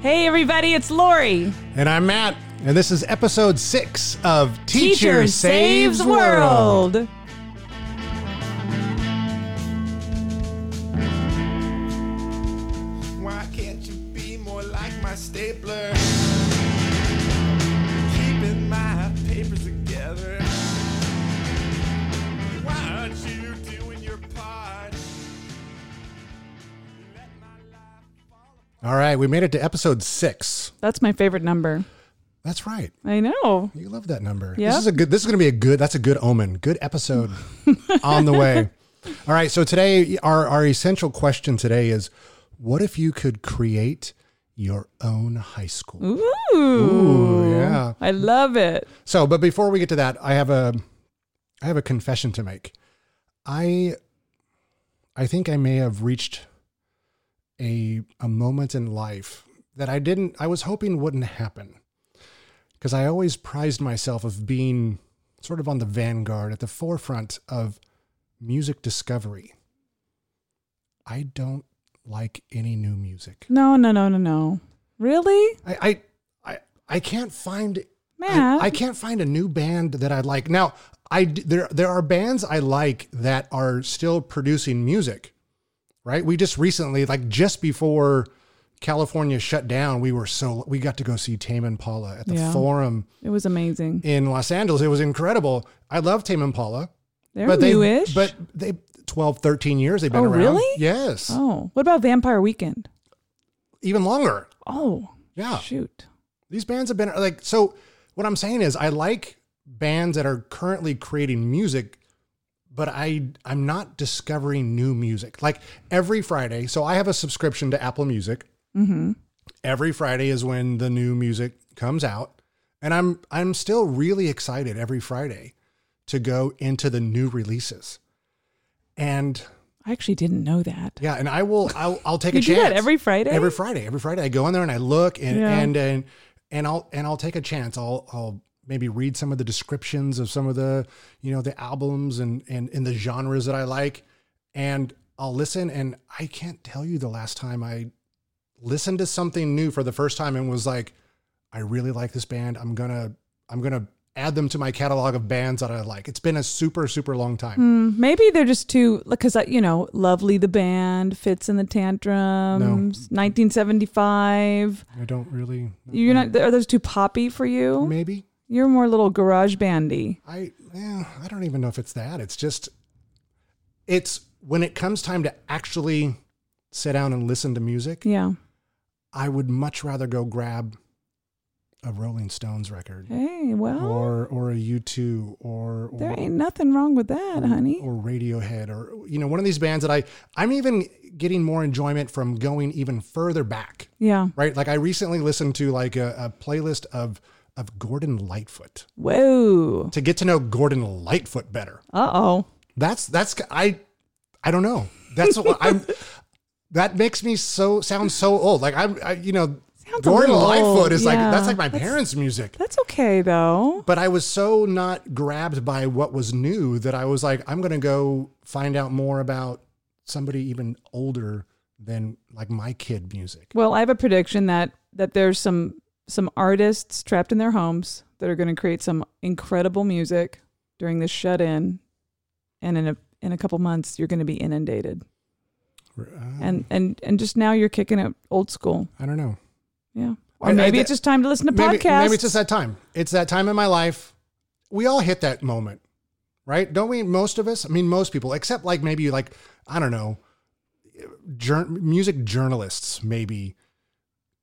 Hey, everybody, it's Lori. And I'm Matt, and this is episode six of Teacher, Why can't you be more like my stapler? Keeping my papers together. Why aren't you doing your part? Let my life fall All right, we made it to episode six. That's my favorite number. That's right. I know. You love that number. Yeah. This is a good. This is going to be a good. That's a good omen. Good episode on the way. All right. So today, our our essential question today is: What if you could create your own high school? Ooh. yeah. I love it. So, but before we get to that, I have a I have a confession to make. I I think I may have reached a a moment in life that I didn't I was hoping wouldn't happen. Cuz I always prized myself of being sort of on the vanguard at the forefront of music discovery. I don't like any new music. No, no, no, no, no. Really? I I I, I can't find Matt? I, I can't find a new band that I like. Now, I d- there there are bands I like that are still producing music. Right? We just recently like just before California shut down, we were so we got to go see Tame Impala at the Yeah. Forum it was amazing. in Los Angeles. It was incredible. I love Tame Impala, They're but they newish. but they 12 13 years they've been Oh, around. really? Yes. oh, what about Vampire Weekend? Even longer. Oh, Yeah. shoot. These bands have been like so. What I'm saying is, I like bands that are currently creating music, but I I'm not discovering new music. Like every Friday, so I have a subscription to Apple Music. Mm-hmm. Every Friday is when the new music comes out, and I'm I'm still really excited every Friday to go into the new releases. And I actually didn't know that. yeah, and I will. I'll, I'll take You a do chance that every Friday? Every Friday, every Friday, I go in there and I look and Yeah. and and and I'll and I'll take a chance. I'll I'll maybe read some of the descriptions of some of the you know the albums and and and the genres that I like, and I'll listen. And I can't tell you the last time I listened to something new for the first time and was like, I really like this band. I'm gonna I'm gonna add them to my catalog of bands that I like. It's been a super super long time. Mm, Maybe they're just too, because, you know, Lovely the Band, Fits in the Tantrums, 1975. I don't really You're not, are those too poppy for you? maybe. You're more little garage bandy. I eh, I don't even know if it's that. It's just it's when it comes time to actually sit down and listen to music, Yeah. I would much rather go grab a Rolling Stones record Hey, well, or or a U2 or or, there ain't nothing wrong with that, honey. or Radiohead or you know one of these bands that I I'm even getting more enjoyment from going even further back. Yeah. Right? Like I recently listened to like a, a playlist of of Gordon Lightfoot Whoa. to get to know Gordon Lightfoot better. Uh oh. That's that's I I don't know. That's what I'm. That makes me so sound so old. Like I'm, I, you know, Sounds a Gordon little Lightfoot old, is yeah. like that's like my That's- parents' music. That's okay though. But I was so not grabbed by what was new that I was like, I'm gonna go find out more about somebody even older than like my kid music. Well, I have a prediction that that there's some some artists trapped in their homes that are going to create some incredible music during this shut in, and in a in a couple months you're going to be inundated. Uh, And and and just now you're kicking it old school. I don't know. Yeah. I- Or I- maybe it's just time to listen to Maybe, podcasts. maybe it's just that time. It's that time in my life. We all hit that moment, right? Don't we? Most of us. I mean, most people, except like maybe like I don't know, jour- music journalists maybe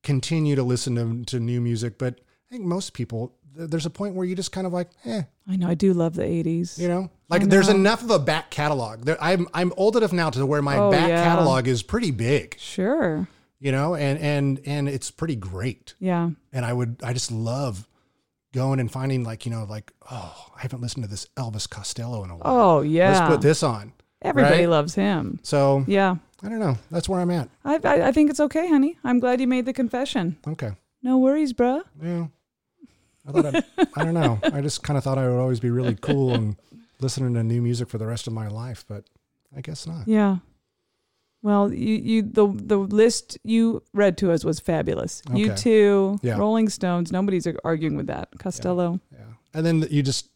continue to listen to, to new music, but I think most people th- there's a point where you just kind of like, eh, I know I do love the 80s. you know, like I there's know. enough of a back catalog. There, I'm I'm old enough now to where my Oh, back yeah. catalog is pretty big, Sure. you know, and and and it's pretty great Yeah. and I would I just love going and finding like you know like oh I haven't listened to this Elvis Costello in a while. Oh yeah. Let's put this on. Everybody right? loves him. So Yeah. I don't know. That's where I'm at. I, I I think it's okay, honey. I'm glad you made the confession. Okay. No worries, bruh. Yeah. I thought I'd, I don't know. I just kind of thought I would always be really cool and listening to new music for the rest of my life, but I guess not. Yeah. Well, you, you the the list you read to us was fabulous. You Okay. too, Yeah. Rolling Stones. Nobody's arguing with that. Costello. Yeah. And then you just,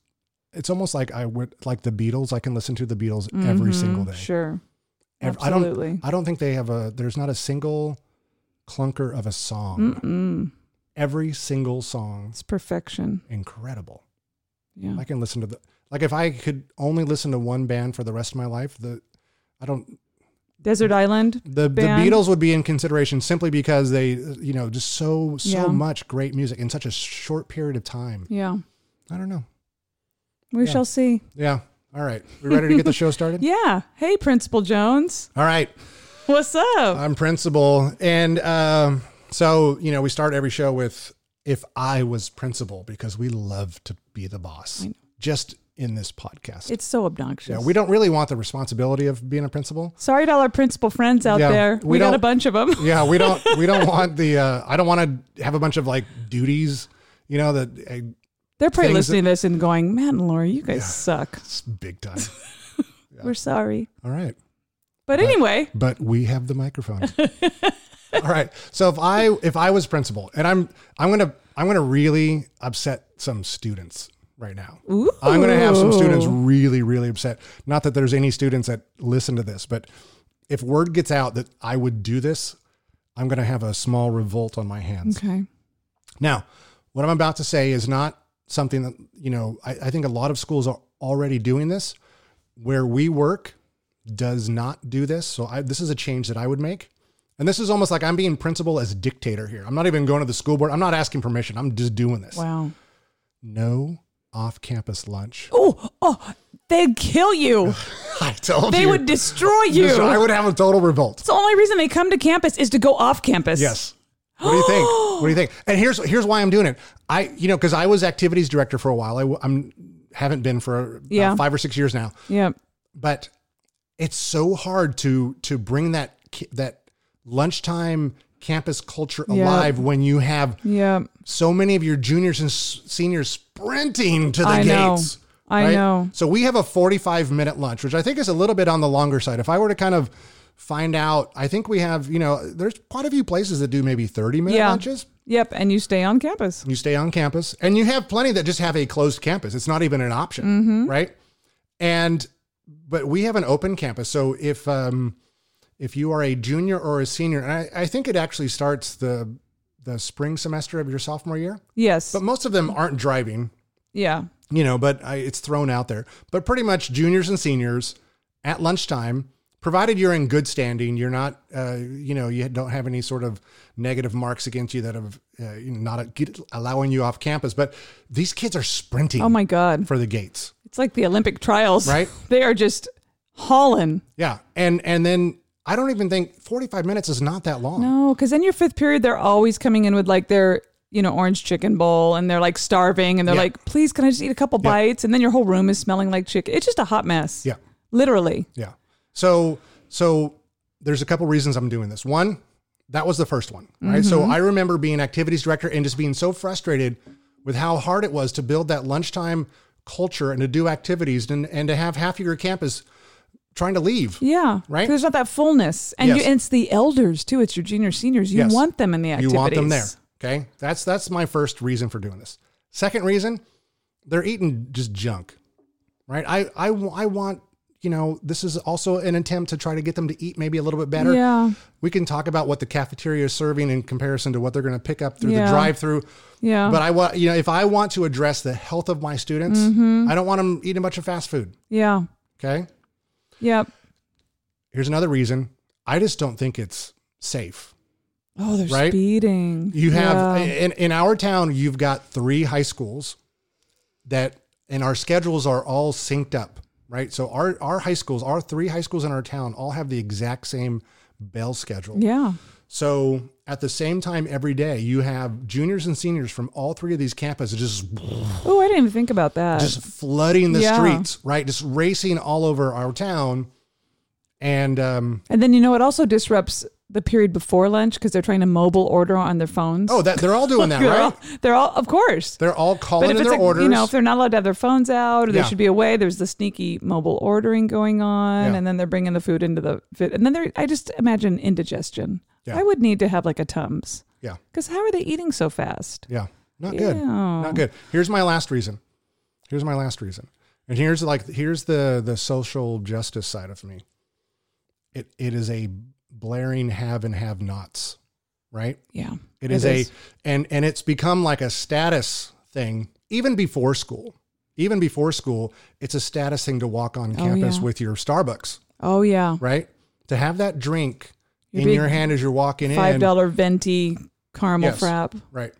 it's almost like I would, like the Beatles, I can listen to the Beatles every Mhm, single day. Sure. Ev- I don't, Absolutely. I don't think they have a, there's not a single clunker of a song. Um, Mm-mm. Every single song, It's perfection. incredible. Yeah. I can listen to the, like if I could only listen to one band for the rest of my life, the, I don't, Desert Island. the, the Band. Beatles would be in consideration simply because they, you know, just so, so Yeah. much great music in such a short period of time. Yeah. I don't know. We Yeah. shall see. Yeah. All right. We ready to get the show started? Yeah. Hey, Principal Jones. All right. What's up? I'm principal. And um, so, you know, we start every show with if I was principal because we love to be the boss I know. just in this podcast. it's so obnoxious. yeah, we don't really want the responsibility of being a principal. Sorry to all our principal friends out Yeah, there. we We, got a don't- bunch of them. Yeah, we don't we don't want the uh, I don't want to have a bunch of like duties, you know, that uh, They're probably Things that- listening to this and going, "Matt and Laura, you guys suck. it's big time. We're sorry." All right. But anyway, but we have the microphone. All right. So if I if I was principal, and I'm I'm gonna I'm gonna really upset some students right now. ooh, I'm gonna have some students really really upset. Not that there's any students that listen to this, but if word gets out that I would do this, I'm gonna have a small revolt on my hands. Okay. Now, what I'm about to say is not something that, you know, I, I think a lot of schools are already doing this. Where we work does not do this. So I, this is a change that I would make. And this is almost like I'm being principal as dictator here. I'm not even going to the school board. I'm not asking permission. I'm just doing this. Wow. No off campus lunch. Oh, oh, they'd kill you. I told They you. would destroy you. So I would have a total revolt. It's the only reason they come to campus is to go off campus. Yes. What do you think? what do you think? And here's here's why I'm doing it. I you know because I was activities director for a while. I am haven't been for uh, Yeah. five or six years now. Yep. But it's so hard to to bring that ki- that lunchtime campus culture alive when you have Yep. so many of your juniors and s- seniors sprinting to the I know. gates. I know. So we have a 45 minute lunch, which I think is a little bit on the longer side. If I were to kind of find out, I think we have, you know, there's quite a few places that do maybe 30 minute Yeah. lunches. Yep. And you stay on campus. You stay on campus and you have plenty that just have a closed campus. It's not even an option, Mm-hmm. right? And, but we have an open campus. So if, um, if you are a junior or a senior, and I, I think it actually starts the, the spring semester of your sophomore year, Yes. but most of them aren't driving yeah. you know, but I, it's thrown out there. But pretty much juniors and seniors at lunchtime, provided you're in good standing, you're not, uh, you know, you don't have any sort of negative marks against you that have uh, you know, not get, allowing you off campus. But these kids are sprinting Oh my God. for the gates, It's like the Olympic trials. right? They are just hauling. yeah, and and then I don't even think 45 minutes is not that long. No, because Oh, in your fifth period, they're always coming in with like their, you know, orange chicken bowl and they're like starving and they're Yeah. like, please, can I just eat a couple bites? And then your whole room is smelling like chicken. It's just a hot mess. Yeah. Literally. Yeah. So so there's a couple reasons I'm doing this. One, that was the first one, right? So Mm-hmm. I remember being activities director and just being so frustrated with how hard it was to build that lunchtime culture and to do activities and and to have half of your campus trying to leave. Yeah. Right? 'Cause There's not that fullness. And, Yes. you, and it's the elders too. It's your juniors, seniors. You Yes. want them in the activities. You want them there. Okay? That's that's my first reason for doing this. Second reason, they're eating just junk. Right? I I w- I want you know, this is also an attempt to try to get them to eat maybe a little bit better. Yeah. we can talk about what the cafeteria is serving in comparison to what they're going to pick up through the Yeah. Oh. drive-through. Yeah. But I want, you know, if I want to address the health of my students, Mm-hmm. I don't want them eating a bunch of fast food. yeah. Okay. Yep. Here's another reason. I just don't think it's safe. Oh, they're Right? speeding. You have Yeah. in, in our town, you've got three high schools that, and our schedules are all synced up, right? So our, our high schools, our three high schools in our town all have the exact same bell schedule. yeah. So at the same time every day, you have juniors and seniors from all three of these campuses just Oh, I didn't even think about that. just flooding the Yeah. streets, right? Just racing all over our town, and um, and then you know it also disrupts the period before lunch because they're trying to mobile order on their phones. Oh, that they're all doing that, they're right? all, they're all of course. They're all calling in it's their like, orders. you know, if they're not allowed to have their phones out, or they Yeah. should be away, there's the sneaky mobile ordering going on, Yeah. and then they're bringing the food into the fit, and then they're. I just imagine indigestion. Yeah. I would need to have like a tums. Yeah. Because how are they eating so fast? yeah, not good. Ew. Not good. Here's my last reason. Here's my last reason. And here's like here's the the social justice side of me. It it is a blaring have and have nots, right? Yeah. It is, is. a and and it's become like a status thing even before school. Even before school, it's a status thing to walk on campus Oh, yeah. with your Starbucks, Oh yeah. right? To have that drink Your in big your hand as you're walking Five in. dollar venti caramel Yes. frap. Right.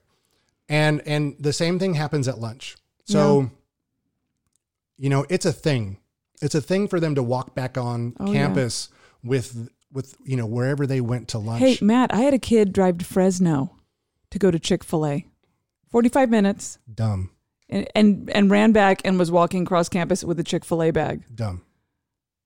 And and the same thing happens at lunch. So you know, it's a thing. It's a thing for them to walk back on Oh, yeah. campus with with you know wherever they went to lunch. Hey Matt, I had a kid drive to Fresno to go to Chick Fil A, forty five minutes, Dumb. and, and and ran back and was walking across campus with a Chick Fil A bag. Dumb.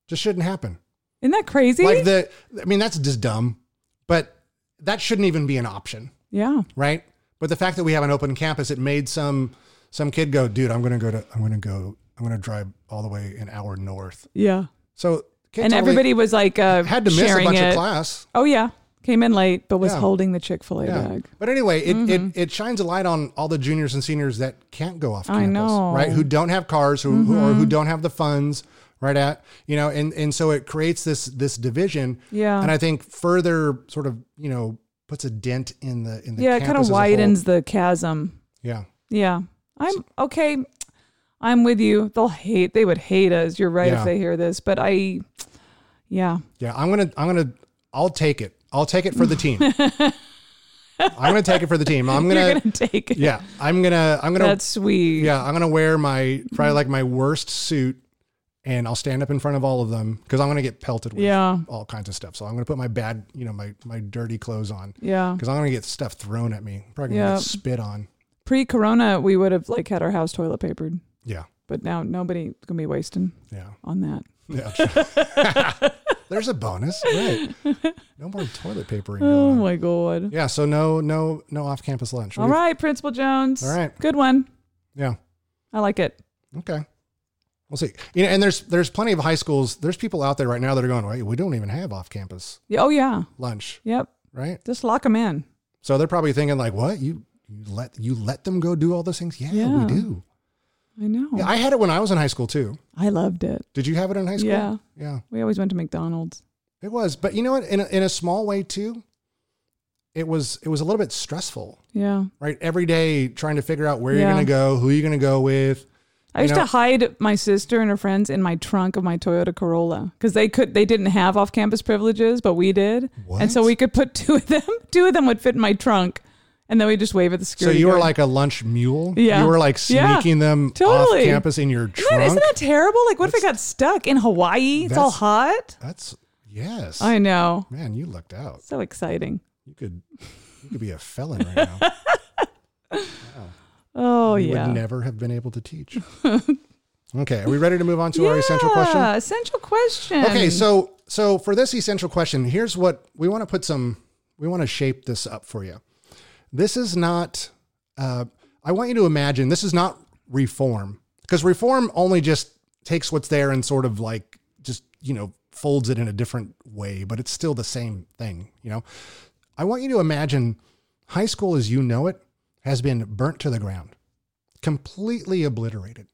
Just shouldn't happen. Isn't that crazy? Like the I mean that's just dumb. But that shouldn't even be an option, yeah. right? But the fact that we have an open campus, it made some some kid go, dude, I'm gonna go to I'm gonna go I'm gonna drive all the way an hour north. Yeah. So kids and only everybody was like uh, had to miss a sharing bunch it. of class. Oh yeah, came in late but was Yeah. holding the Chick Fil A Yeah. bag. Mm-hmm. But anyway, it, it it shines a light on all the juniors and seniors that can't go off I campus, know. Mm-hmm. right? Who don't have cars, who, who or who don't have the funds, right? At you know, and and so it creates this this division, Yeah. and I think further sort of you know puts a dent in the in the yeah, it campus kind of as a whole. widens the chasm. Yeah, Yeah, I'm okay. I'm with you. They'll hate. They would hate us. You're right Yeah. if they hear this. But I, yeah, yeah. I'm gonna I'm gonna I'll take it. I'll take it for the team. I'm gonna take it for the team. I'm gonna, you're gonna take it. yeah. I'm gonna I'm gonna That's sweet. Yeah, I'm gonna wear my probably like my worst suit, and I'll stand up in front of all of them because I'm gonna get pelted with Yeah. all kinds of stuff. So I'm gonna put my bad, you know, my my dirty clothes on Yeah. because I'm gonna get stuff thrown at me. Probably gonna Yeah. get spit on. Pre-corona, we would have like had our house toilet papered, Yeah, but now nobody's gonna be wasting yeah, on that. yeah. There's a bonus, right? No more toilet papering. Oh going on. my god. Yeah, so no, no, no off-campus lunch. All right, Principal Jones. All right. Good one. Yeah. I like it. Okay. We'll see. You know, and there's there's plenty of high schools. There's people out there right now that are going, wait, we don't even have off-campus Yeah, Oh yeah. lunch, Yep. right? Just lock them in. So they're probably thinking like, "What you you let you let them go do all those things?" Yeah, Yeah. we do. I know. Yeah, I had it when I was in high school too. I loved it. Did you have it in high school? Yeah. yeah, We always went to McDonald's. it was. But you know what? In a, in a small way too, it was it was a little bit stressful, Yeah. right? Every day trying to figure out where you're Yeah. gonna go, who you're gonna go with. I You used know- to hide my sister and her friends in my trunk of my Toyota Corolla because they could they didn't have off campus privileges, but we did, and so What? we could put two of them. Two of them would fit in my trunk, and then we just wave at the So security. you were guard. like a lunch mule. Yeah. you were like Yeah, sneaking them totally. off campus in your Isn't that- trunk. isn't that terrible? Like, what if I got stuck in Hawaii? It's all That's- hot. That's yes. I know. Man, you lucked out. So exciting. You could you could be a felon right now. Oh we yeah. would never have been able to teach. okay, are we ready to move on to our essential question? Yeah, Essential question. Okay, so so for this essential question, here's what we want to put some we want to shape this up for you. This is not uh I want you to imagine this is not reform because reform only just takes what's there and sort of like just, you know, folds it in a different way, but it's still the same thing, you know. I want you to imagine high school as you know it has been burnt to the ground, completely obliterated.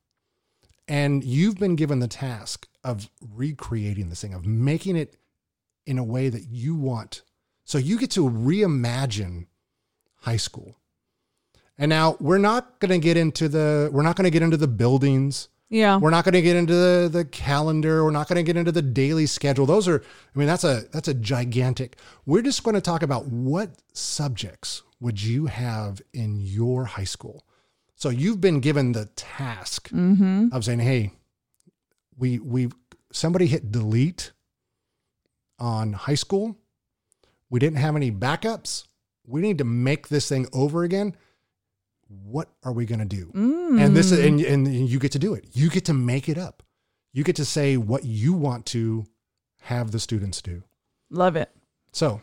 And you've been given the task of recreating this thing, of making it in a way that you want. So you get to reimagine high school. And now we're not going to get into the we're not going to get into the buildings. yeah, We're not going to get into the the calendar. We're not going to get into the daily schedule. Those are I mean that's a that's a gigantic. We're just going to talk about what subjects would you have in your high school. So you've been given the task of saying, "Hey, we we somebody hit delete on high school. We didn't have any backups. We need to make this thing over again. What are we going to do?" And this Hmm. and and you get to do it. You get to make it up. You get to say what you want to have the students do. love it. So,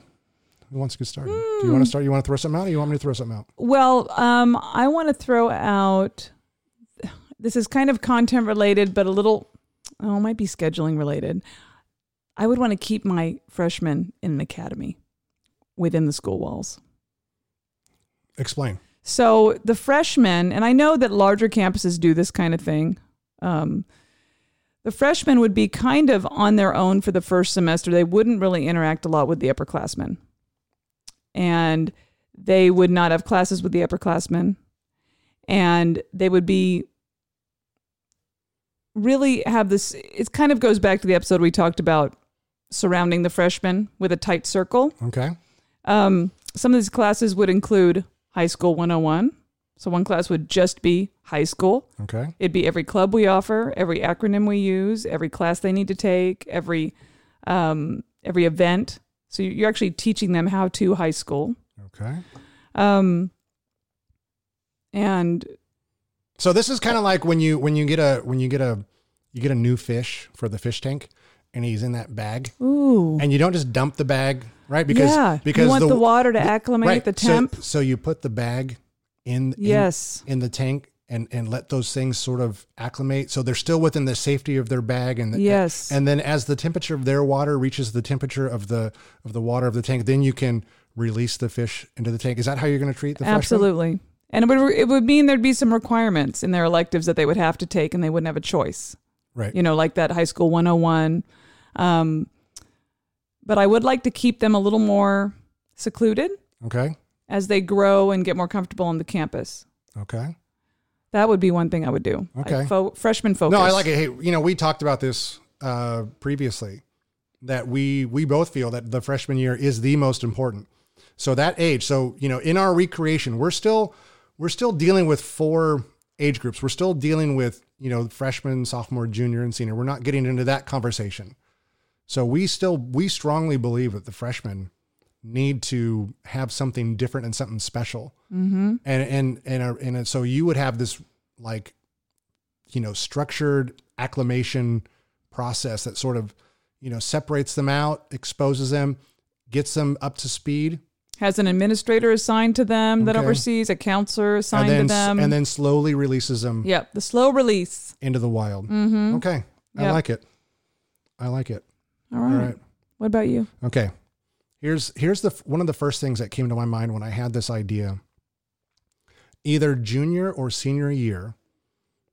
Who wants to get started? Do Hmm. you want to start? You want to throw something out, or you want me to throw something out? Well, um, I want to throw out. This is kind of content related, but a little. Oh, it might be scheduling related. I would want to keep my freshmen in an academy within the school walls. Explain. So the freshmen, and I know that larger campuses do this kind of thing. Um, the freshmen would be kind of on their own for the first semester. They wouldn't really interact a lot with the upperclassmen, and they would not have classes with the upperclassmen, and they would be really have this. It kind of goes back to the episode we talked about surrounding the freshmen with a tight circle. Okay. Um, some of these classes would include High School 101. So one class would just be high school. Okay. It'd be every club we offer, every acronym we use, every class they need to take, every um, every event. So you- you're actually teaching them how to high school. Okay. Um, and So this is kind of like when you when you get a when you get a you get a new fish for the fish tank, and he's in that bag, ooh, and you don't just dump the bag, right? Because yeah, because you want the, water to acclimate right, the so- temp. So, you put the bag in in- yes, in, the tank. And, and let those things sort of acclimate so they're still within the safety of their bag and the, yes, and then as the temperature of their water reaches the temperature of the of the water of the tank then you can release the fish into the tank is that how you're going to treat the freshmen? Absolutely. And it would, it would mean there'd be some requirements in their electives that they would have to take and they wouldn't have a choice, right you know, like that high school 101. Um, but I would like to keep them a little more secluded okay as they grow and get more comfortable on the campus. okay That would be one thing I would do. Okay. Like fo- freshman focus. no i like it hey you know we talked about this uh previously that we we both feel that the freshman year is the most important so that age so you know in our recreation we're still we're still dealing with four age groups we're still dealing with you know freshman sophomore junior and senior we're not getting into that conversation so we still we strongly believe that the freshmen need to have something different and something special mm-hmm. and and and, uh, and so you would have this like you know structured acclimation process that sort of you know separates them out exposes them gets them up to speed Has an administrator assigned to them that Okay. oversees, a counselor assigned and then to them. and then slowly releases them yep, the slow release. into the wild Mm-hmm. okay i Yep. like it i like it All all right. right What about you? Okay. Here's here's the one of the first things that came to my mind when I had this idea. Either junior or senior year,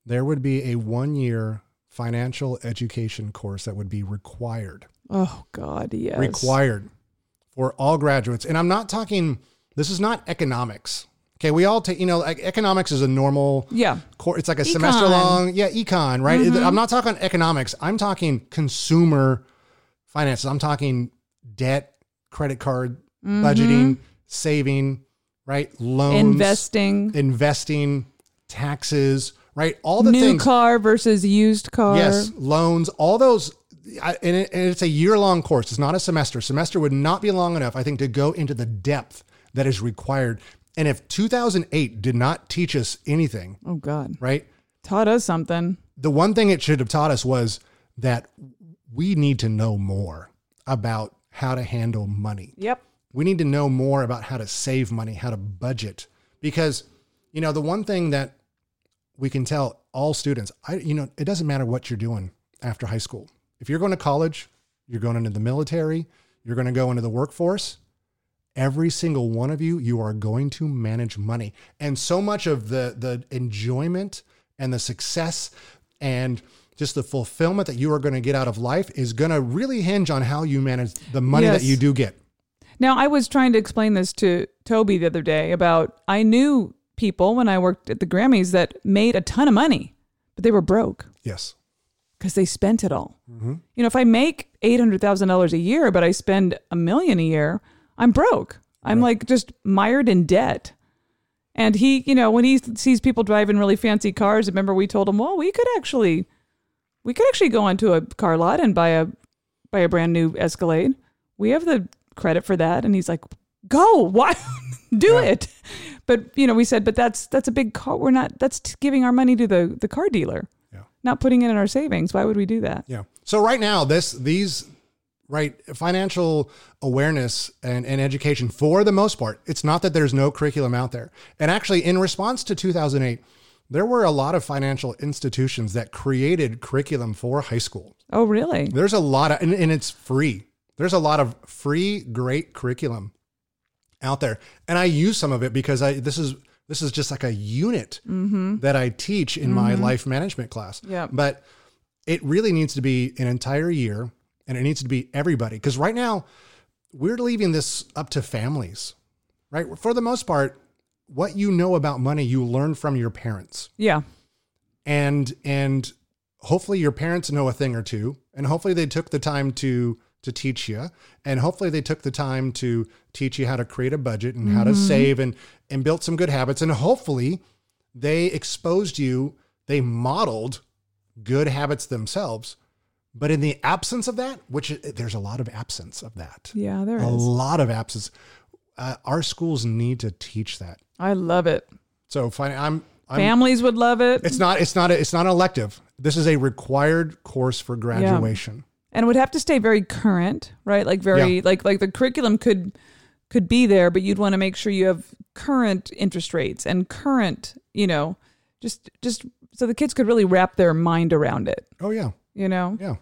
there would be a one-year financial education course that would be required Oh, God, yes. required for all graduates. And I'm not talking this is not economics. Okay, we all take you know like economics is a normal Yeah. course. It's like a Econ. Mm-hmm. semester long. Yeah, econ, right? I'm not talking economics. I'm talking consumer finances. I'm talking debt, credit card, Mm-hmm. budgeting, saving, right? Loans, investing investing, taxes, right? All the new things. car versus used car Yes, loans, all those. I, and, it, and it's a year long course. It's not a semester. Semester would not be long enough, I think, to go into the depth that is required. And if 2008 did not teach us anything, oh god right? taught us something the one thing it should have taught us was that we need to know more about how to handle money. yep We need to know more about how to save money, how to budget. Because, you know, the one thing that we can tell all students, I, you know, it doesn't matter what you're doing after high school. If you're going to college, you're going into the military, you're going to go into the workforce, every single one of you you are going to manage money and so much of the the enjoyment and the success and just the fulfillment that you are going to get out of life is going to really hinge on how you manage the money Yes. that you do get now i was trying to explain this to toby the other day about i knew people when i worked at the grammys that made a ton of money but they were broke yes because they spent it all you know if i make $800000 a year but i spend a million a year i'm broke i'm like just mired in debt and he you know when he sees people driving really fancy cars remember we told him well we could actually we could actually go onto a car lot and buy a buy a brand new Escalade. We have the credit for that. And he's like, go, why do it? But you know, we said, but that's that's a big car. We're not that's t- giving our money to the the car dealer. Yeah. Not putting it in our savings. Why would we do that? yeah so right now this these right? Financial awareness and, and education, for the most part, it's not that there's no curriculum out there. And actually, in response to 2008, there were a lot of financial institutions that created curriculum for high school. Oh, really? There's a lot of, and, and it's free. There's a lot of free, great curriculum out there, and I use some of it because I this is this is just like a unit that I teach in my life management class. Yeah. but it really needs to be an entire year, and it needs to be everybody because right now we're leaving this up to families, right? For the most part, what you know about money you learn from your parents Yeah. and and hopefully your parents know a thing or two and hopefully they took the time to to teach you and hopefully they took the time to teach you how to create a budget and how to save and and built some good habits and hopefully they exposed you they modeled good habits themselves but in the absence of that which i- there's a lot of absence of that Yeah, there a is. lot of absence uh, our schools need to teach that I love it. so fin- i'm i'm Families would love it. it's not. It's not. A, it's not an elective. This is a required course for graduation. and it would have to stay very current, right? Like very Yeah. like like the curriculum could could be there, but you'd want to make sure you have current interest rates and current, you know, just just so the kids could really wrap their mind around it, Oh yeah, you know? yeah.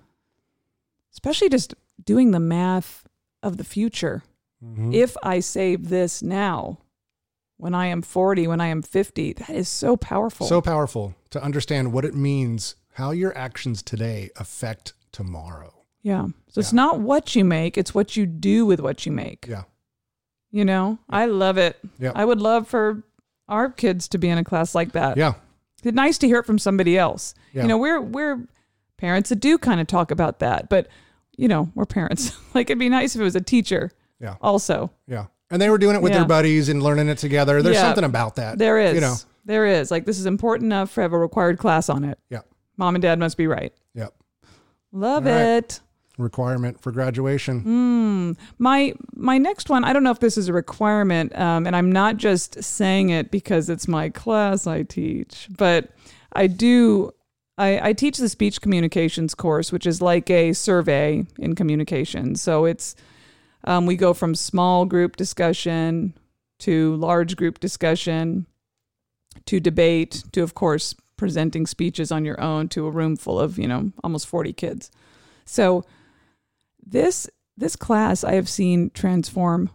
Especially just doing the math of the future. Mm-hmm. If I save this now, when I am 40, when I am 50, that is so powerful. So powerful to understand what it means, how your actions today affect tomorrow. yeah. So it's Yeah. not what you make, it's what you do with what you make. Yeah, You know, I love it. Yeah. I would love for our kids to be in a class like that. yeah, It's nice to hear it from somebody else. Yeah. You know, we're we're parents that do kind of talk about that, but you know, we're parents. like it'd be nice if it was a teacher. Yeah. Also, yeah. And they were doing it with Yeah. their buddies and learning it together. There's Yeah. something about that. there is. You know. There is. Like this is important enough for have a required class on it. Yeah. Mom and dad must be right. Yeah. Love All right. it. Requirement for graduation. Mm. My my next one, I don't know if this is a requirement, um, and I'm not just saying it because it's my class I teach, but I do. I, I teach the speech communications course, which is like a survey in communication. So it's um, we go from small group discussion to large group discussion to debate to, of course, presenting speeches on your own to a room full of you know almost 40 kids. So this this class I have seen transform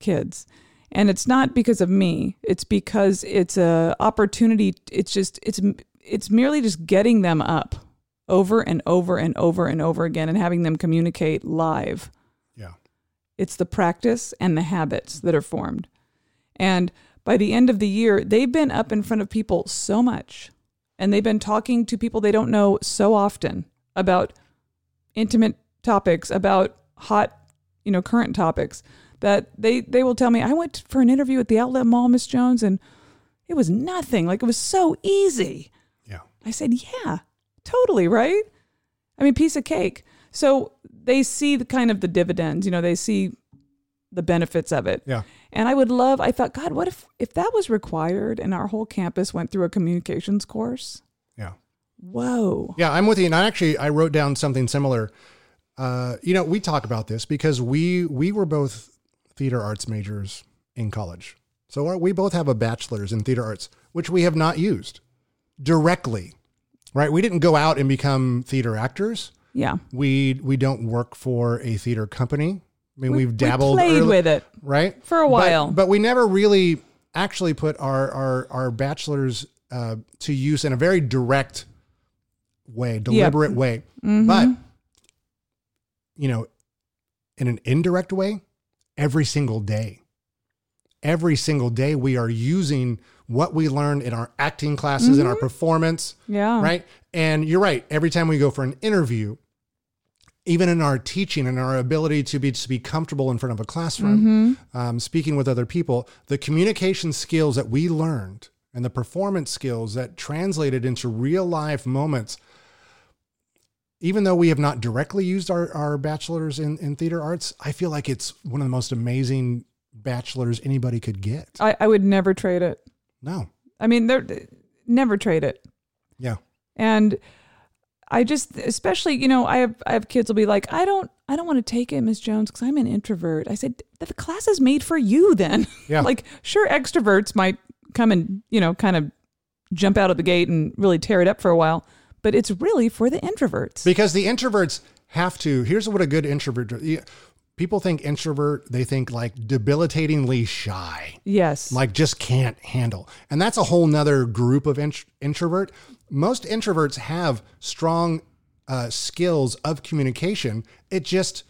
kids. And it's not because of me. It's because it's a opportunity. It's just it's it's merely just getting them up over and over and over and over again and having them communicate live Yeah. it's the practice and the habits that are formed. And by the end of the year, they've been up in front of people so much and they've been talking to people they don't know so often about intimate topics, about hot, you know, current topics that they they will tell me, "I went for an interview at the outlet mall, Miss Jones, and it was nothing. Like it was so easy." Yeah. I said, "Yeah, totally, right? I mean, piece of cake." So they see the kind of the dividends, you know, they see the benefits of it. Yeah. And I would love, I thought, God, what if if that was required and our whole campus went through a communications course? Yeah. Whoa. Yeah, I'm with you. And I actually I wrote down something similar. Uh, you know, we talk about this because we we were both theater arts majors in college. So our, we both have a bachelor's in theater arts, which we have not used directly. Right? We didn't go out and become theater actors. Yeah. We we don't work for a theater company. I mean, we, have dabbled played early- with it. right For a But- while. but, we never really actually put our our our bachelor's uh, to use in a very direct way deliberate way Mm-hmm. but you know in an indirect way every single day every single day we are using what we learned in our acting classes in Mm-hmm. our performance Yeah. right? And you're right. Every time we go for an interview, even in our teaching and our ability to be to be comfortable in front of a Mm-hmm. classroom, um, speaking with other people, the communication skills that we learned and the performance skills that translated into real life moments. Even though we have not directly used our, our bachelor's in, in theater arts, I feel like it's one of the most amazing bachelor's anybody could get. I, I would never trade it. No. I mean, they're never trade it. Yeah. And I just, especially, you know, I have I have kids will be like, I don't I don't want to take it, Miss Jones, because I'm an introvert. I said that the class is made for you. Then, Yeah. like, sure, extroverts might come and you know, kind of jump out of the gate and really tear it up for a while, but it's really for the introverts. Because the introverts have to. Here's what a good introvert. do- you- People think introvert, they think like debilitatingly shy, yes, like just can't handle. And that's a whole nother group of int- introvert. Most introverts have strong uh, skills of communication. It just,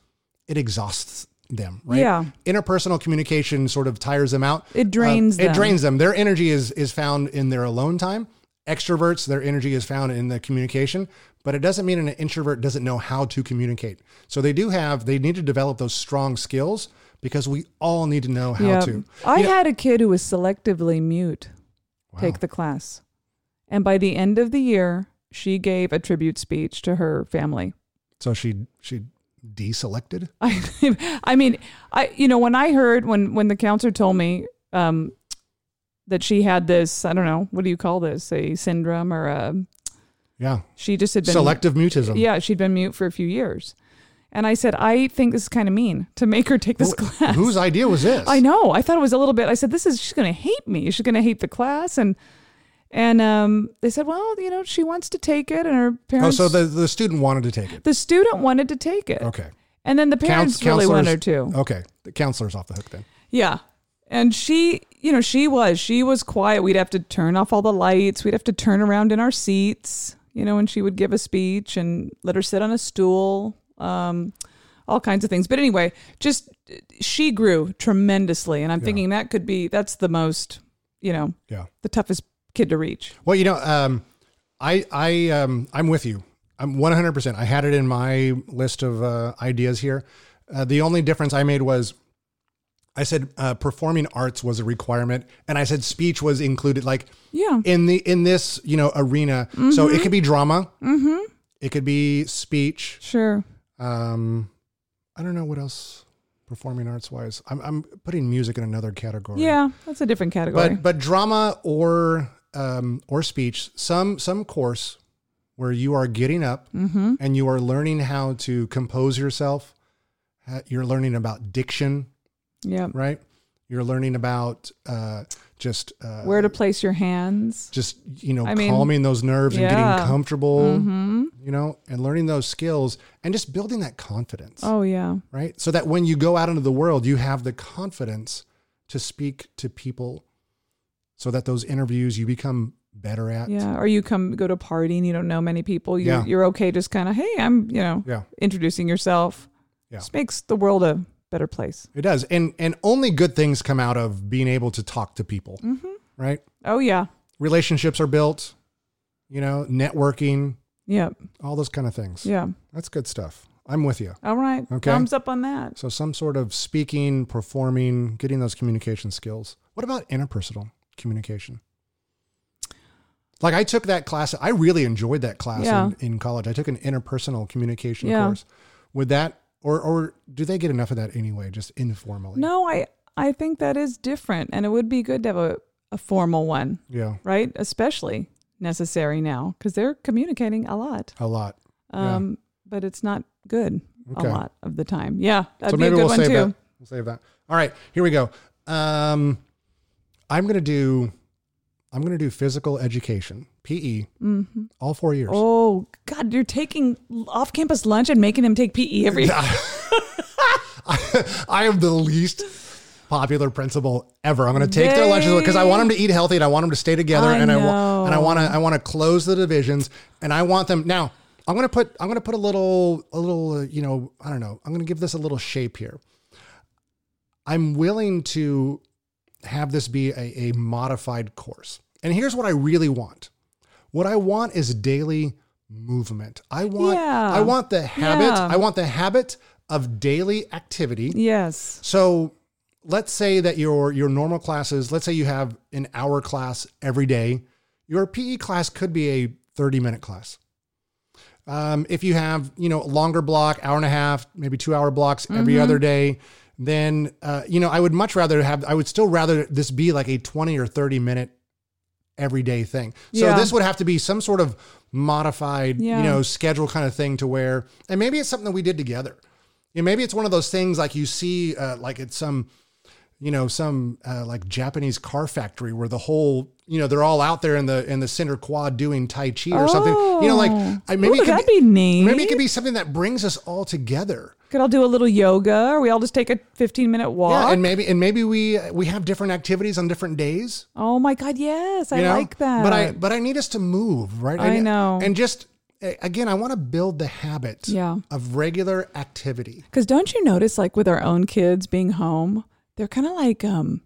it exhausts them, right? Yeah. Interpersonal communication sort of tires them out. Uh, It drains It them. drains them. Their energy is is found in their alone time. Extroverts, their energy is found in the communication, but it doesn't mean an introvert doesn't know how to communicate. So they do have they need to develop those strong skills because we all need to know how Yeah. to. I You know- had a kid who was selectively mute Wow. take the class. And by the end of the year, she gave a tribute speech to her family. So she she deselected. I, I mean, I you know when I heard when when the counselor told me um, that she had this, I don't know what do you call this, a syndrome or a Yeah. she just had been Selective mutism. Yeah, she'd been mute for a few years, and I said I think this is kind of mean to make her take this Who- class. Whose idea was this? I know. I thought it was a little bit. I said, "This is she's going to hate me. She's going to hate the class." And and um, they said, "Well, you know, she wants to take it, and her Oh, parents." so the, the student wanted to take it. the student wanted to take it, Okay. and then the parents Couns- really wanted her to. counselors- Okay. The counselor's off the hook then. Yeah, and she, you know, she was she was quiet. We'd have to turn off all the lights. We'd have to turn around in our seats, you know, and she would give a speech and let her sit on a stool. Um, all kinds of things. But anyway, just she grew tremendously, and I'm thinking that could be that's the most, you know, Yeah. the toughest kid to reach. Well, you know, um, I I um, I'm with you. I'm 100. percent I had it in my list of uh, ideas here. Uh, the only difference I made was I said uh, performing arts was a requirement, and I said speech was included. Like Yeah, in the in this you know arena, so it could be drama. Mm-hmm. It could be speech. sure. Um, I don't know what else performing arts wise. I'm I'm putting music in another category. Yeah, that's a different category. But but drama or um, or speech, some some course where you are getting up Mm-hmm. and you are learning how to compose yourself. Uh, You're learning about diction, yeah, right? You're learning about uh, just uh, where to place your hands. just you know I mean, calming those nerves and getting yeah. Mm-hmm. comfortable, you know, and learning those skills and just building that confidence, Oh yeah, right? So that when you go out into the world, you have the confidence to speak to people, so that those interviews you become better at. yeah. Or you come go to a party and you don't know many people. You're, Yeah. you're okay, just kind of hey, I'm you know Yeah, introducing yourself. Yeah. Just makes the world a better place. it does, and and only good things come out of being able to talk to people, right? Oh yeah, Relationships are built, you know, networking, yeah, all those kind of things. yeah. That's good stuff. I'm with you. All right. Okay. Thumbs up on that. So some sort of speaking, performing, getting those communication skills. What about interpersonal communication? Like I took that class. I really enjoyed that class Yeah. in, in college. I took an interpersonal communication Yeah. course. Would that or or do they get enough of that anyway, just informally? No, I I think that is different, and it would be good to have a, a formal one, Yeah. right? Especially necessary now because they're communicating a lot. A lot. Yeah. Um, but it's not good Okay. a lot of the time. Yeah, that'd so be a maybe good we'll one save too. that. We'll save that. All right, here we go. Um, I'm gonna do I'm gonna do physical education, PE, Mm-hmm. all four years. Oh God, you're taking off-campus lunch and making them take PE every. I am the least popular principal ever. I'm going to take their lunches because I want them to eat healthy and I want them to stay together I and I wa- know. and I want to I want to close the divisions and I want them now. I'm going to put I'm going to put a little a little uh, you know I don't know I'm going to give this a little shape here. I'm willing to have this be a, a modified course. And here's what I really want. What I want is daily movement. I want Yeah. I want the habit. Yeah. I want the habit of daily activity. Yes. So let's say that your your normal classes, let's say you have an hour class every day. Your PE class could be a 30 minute class. Um, if you have, you know, longer block, hour and a half, maybe two hour blocks every other day, then, uh, you know, I would much rather have, I would still rather this be like a 20 or 30 minute everyday thing. So Yeah. this would have to be some sort of modified, Yeah. you know, schedule kind of thing to where, and maybe it's something that we did together. You know, maybe it's one of those things like you see, uh, like it's some, you know, some uh, like Japanese car factory where the whole, you know, they're all out there in the in the center quad doing tai chi or something. You know, like Oh. I, maybe Ooh, it could that'd be, neat. maybe it could be something that brings us all together. Could all do a little yoga, or we all just take a fifteen minute walk. Yeah, and maybe and maybe we we have different activities on different days. oh my god, yes, I you know? like that. But I but I need us to move, right? I ne- know. And just a- again, I want to build the habit Yeah. of regular activity. Because don't you notice, like with our own kids being home, they're kind of like, um,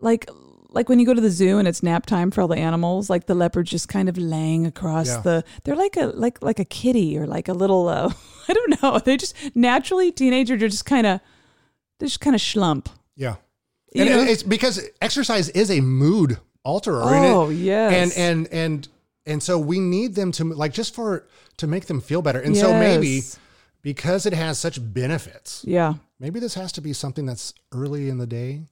like like when you go to the zoo and it's nap time for all the animals, like the leopard just kind of laying across Yeah. the. They're like a like like a kitty or like a little. Uh, I don't know. They just naturally teenagers are just kind of, they just kind of schlump. Yeah. You And know? it- it's because exercise is a mood alterer. and it- Oh, yes. And and and and so we need them to like just for to make them feel better. And so maybe Yes. because it has such benefits, yeah, maybe this has to be something that's early in the day.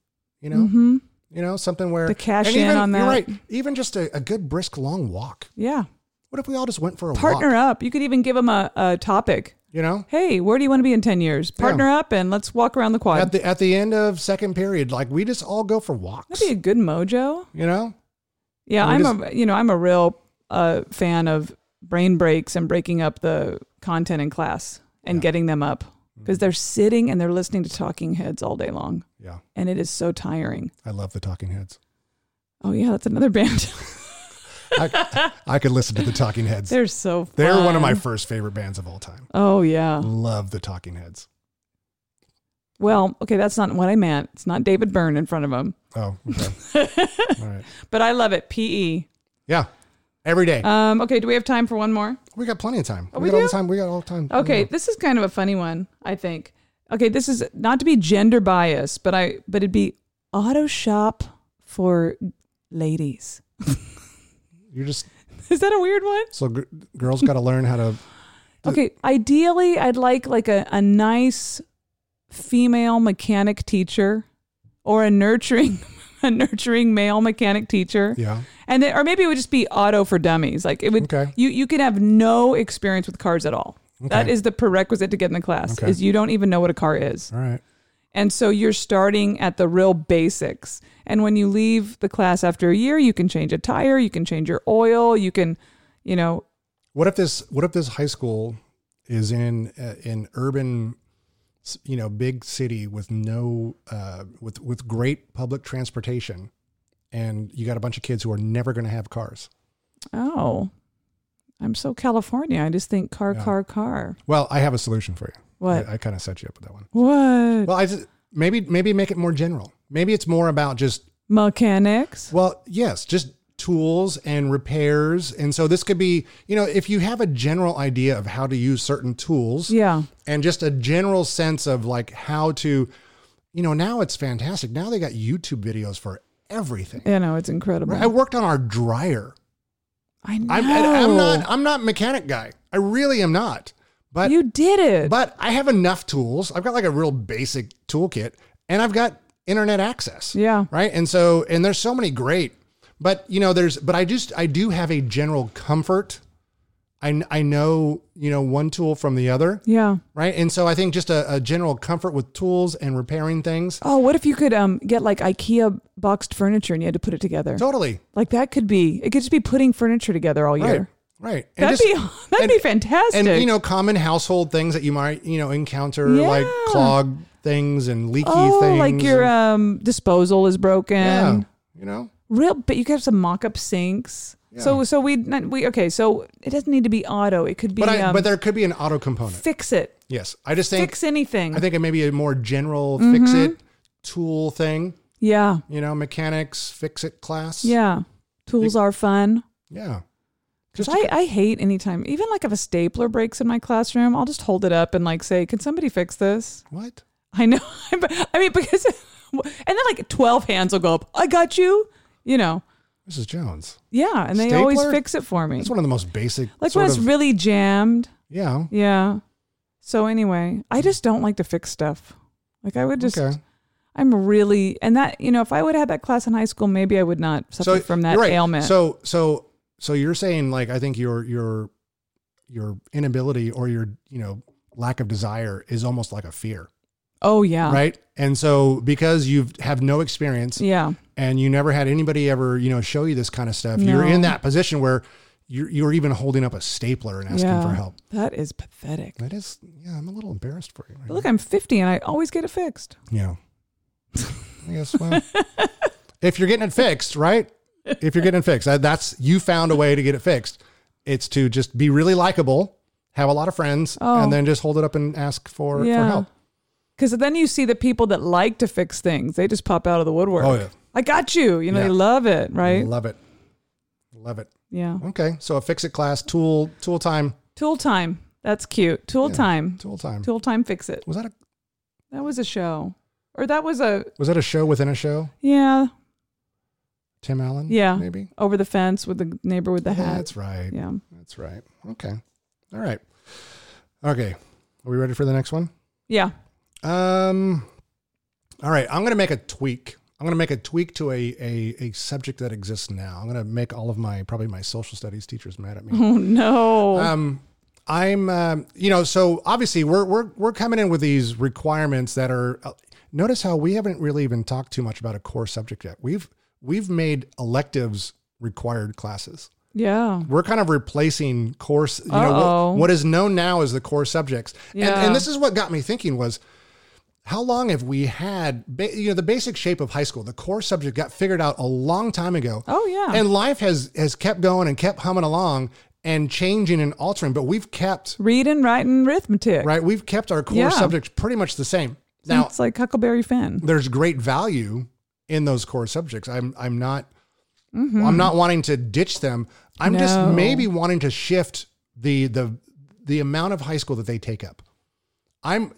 You know, you know, something where Mm-hmm. The cash and in even- on that. You're right. Even just a, a good brisk long walk. yeah. What if we all just went for a Partner walk? up. You could even give them a, a topic. You know, Hey, where do you want to be in ten years? Partner up and let's walk around the quad. at the at the end of second period, like we just all go for walks. That'd be a good mojo. you know, Yeah, Or I'm just- a you know I'm a real uh, fan of brain breaks and breaking up the content in class and getting them up Mm-hmm. because they're sitting and they're listening to talking heads all day long yeah. and it is so tiring. I love the Talking Heads. Oh yeah, that's another band. I, I could listen to the Talking Heads. They're, they're so fun. one of my first favorite bands of all time. oh yeah. Love the Talking Heads. Well, okay, that's not what I meant. It's not David Byrne in front of him, Oh, okay. all right. but I love it. E. PE. Yeah. Every day. Um, okay, do we have time for one more? we got plenty of time. oh, we got all do? the time. We got all the time. Okay, Yeah. this is kind of a funny one, I think. Okay, this is not to be gender biased, but I but it'd be auto shop for ladies. You're just Is that a weird one? so gr- girls got to learn how to. Okay, ideally I'd like like a, a nice female mechanic teacher or a nurturing a nurturing male mechanic teacher. Yeah. And then, or maybe it would just be auto for dummies. Like it would Okay. you you could have no experience with cars at all. That Okay. is the prerequisite to get in the class Okay. is you don't even know what a car is. All right. And so you're starting at the real basics. And when you leave the class after a year, you can change a tire, you can change your oil, you can, you know, What if this? What if this high school is in uh, an urban, s- you know, big city with no uh, with with great public transportation, and you got a bunch of kids who are never going to have cars. oh, I'm so California. I just think car, Yeah. car, car. Well, I have a solution for you. What? I, I kind of set you up with that one. what? Well, I just maybe maybe make it more general. Maybe it's more about just Mechanics? Well, yes, just tools and repairs. And so this could be, you know, if you have a general idea of how to use certain tools Yeah. and just a general sense of like how to, you know, now it's fantastic. Now they got YouTube videos for everything. You know, it's incredible. I worked on our dryer. I know. I'm, and I'm not, I'm not a mechanic guy. I really am not. But you did it. but I have enough tools. I've got like a real basic toolkit and I've got internet access. Yeah. Right. And so, and there's so many great, but you know, there's, but I just, I do have a general comfort. I, I know, you know, one tool from the other. yeah. Right. And so I think just a, a general comfort with tools and repairing things. Oh, what if you could um get like IKEA boxed furniture and you had to put it together? Totally. Like that could be. It could just be putting furniture together all Right. year. Right. And That'd just- be that'd be fantastic. and you know, common household things that you might, you know, encounter like Yeah. clog things and leaky oh, things. like your and- um, disposal is broken. yeah, you know, Real, but you could have some mock-up sinks. So, Yeah. so we we okay. So it doesn't need to be auto. It could be. but I, um, but there could be an auto component. fix it. Yes, I just think fix Mm-hmm. anything. I think it may be a more general fix it tool thing. yeah, You know, mechanics fix it class. yeah. Tools are fun. yeah. Because I, I hate anytime, even like if a stapler breaks in my classroom, I'll just hold it up and like say, "Can somebody fix this?" What? I know. I mean, because and then like twelve hands will go up. I got you. You know. Mrs. Jones. Yeah, and they always Stapler? fix it for me. That's one of the most basic. Like sort when it's of- really jammed. yeah. Yeah. So anyway, I just don't like to fix stuff. Like I would just, okay. I'm really, and that you know, if I would have had that class in high school, maybe I would not suffer from that you're right. ailment. So so So you're saying like I think your your your inability or your you know lack of desire is almost like a fear, Oh yeah. right? And so because you've have no experience Yeah. and you never had anybody ever you know show you this kind of stuff, you're No. in that position where you're you're even holding up a stapler and asking Yeah. for help. That is pathetic. That is yeah, I'm a little embarrassed for you. right But look, I'm 50 and I always get it fixed. Yeah. I guess well, if you're getting it fixed, right? If you're getting it fixed, that- that's you found a way to get it fixed. It's to just be really likable, have a lot of friends, Oh. and then just hold it up and ask for, for help. Because then you see the people that like to fix things, they just pop out of the woodwork. Oh yeah, I got you. You know, Yeah. they love it, right? love it, love it. yeah. Okay, so a fix it class tool tool time Tool time. That's cute. Tool Yeah. time. tool time. Tool time fix it. Was that a That was a show. Or that was a was that a show within a show? yeah, Tim Allen? Yeah. maybe. over the fence with the neighbor with the hat. That's right. Yeah. That's right. Okay. All right. Okay. Are we ready for the next one? Yeah. Um. All right, I'm gonna make a tweak. I'm gonna make a tweak to a a, a subject that exists now. I'm gonna make all of my probably my social studies teachers mad at me. Oh no. Um, I'm, um, you know, so obviously we're we're we're coming in with these requirements that are. uh, notice how we haven't really even talked too much about a core subject yet. We've we've made electives required classes. yeah. We're kind of replacing course. You know, Uh-oh. what, what is known now as the core subjects. And, Yeah. and this is what got me thinking was. How long have we had, ba- you know, the basic shape of high school? The core subject got figured out a long time ago Oh yeah. and life has has kept going and kept humming along and changing and altering but we've kept Reading, writing, arithmetic. right we've kept our core Yeah. subjects pretty much the same now it's like Huckleberry Finn. there's great value in those core subjects i'm i'm not i'm not wanting to ditch them i'm just No. maybe wanting to shift the the the amount of high school that they take up i'm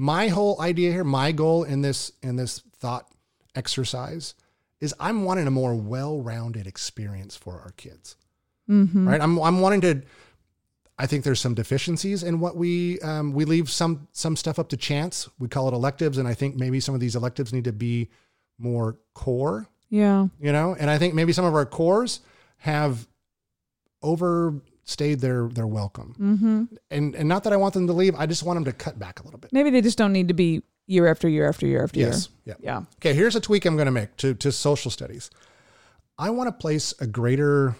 my whole idea here my goal in this in this thought exercise is i'm wanting a more well-rounded experience for our kids right? I'm I'm wanting to. I think there's some deficiencies in what we um, we leave some some stuff up to chance. We call it electives, and I think maybe some of these electives need to be more core, Yeah. you know. And I think maybe some of our cores have overstayed their their welcome, mm-hmm. and and not that I want them to leave. I just want them to cut back a little bit. Maybe they just don't need to be year after year after year after Yes, yeah. year. Yeah. Okay, here's a tweak I'm going to make to to social studies. I want to place a greater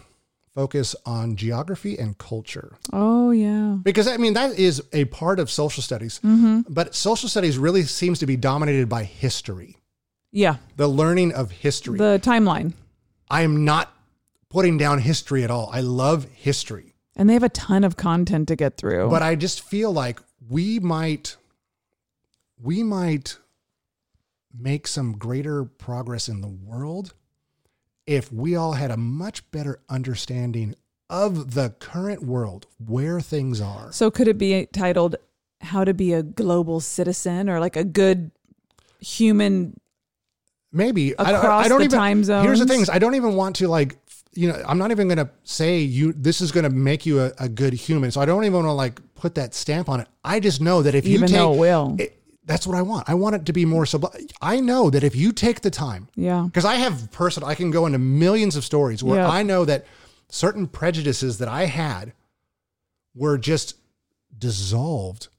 focus on geography and culture. Oh yeah. because I mean that is a part of social studies, but social studies really seems to be dominated by history, Yeah. the learning of history. The timeline. I am not putting down history at all. I love history, And they have a ton of content to get through. but I just feel like we might, we might make some greater progress in the world if we all had a much better understanding of the current world, where things are. so could it be titled How to Be a Global Citizen or like a good human maybe I don't, Across I don't the even time here's the thing zones? is i don't even want to like f- you know i'm not even gonna say you this is gonna make you a, a good human so i don't even want to like put that stamp on it i just know that if you even take though it will? it- that's what i want i want it to be more sublime i know that if you take the time yeah. because i have personal i can go into millions of stories where Yeah. i know that certain prejudices that i had were just dissolved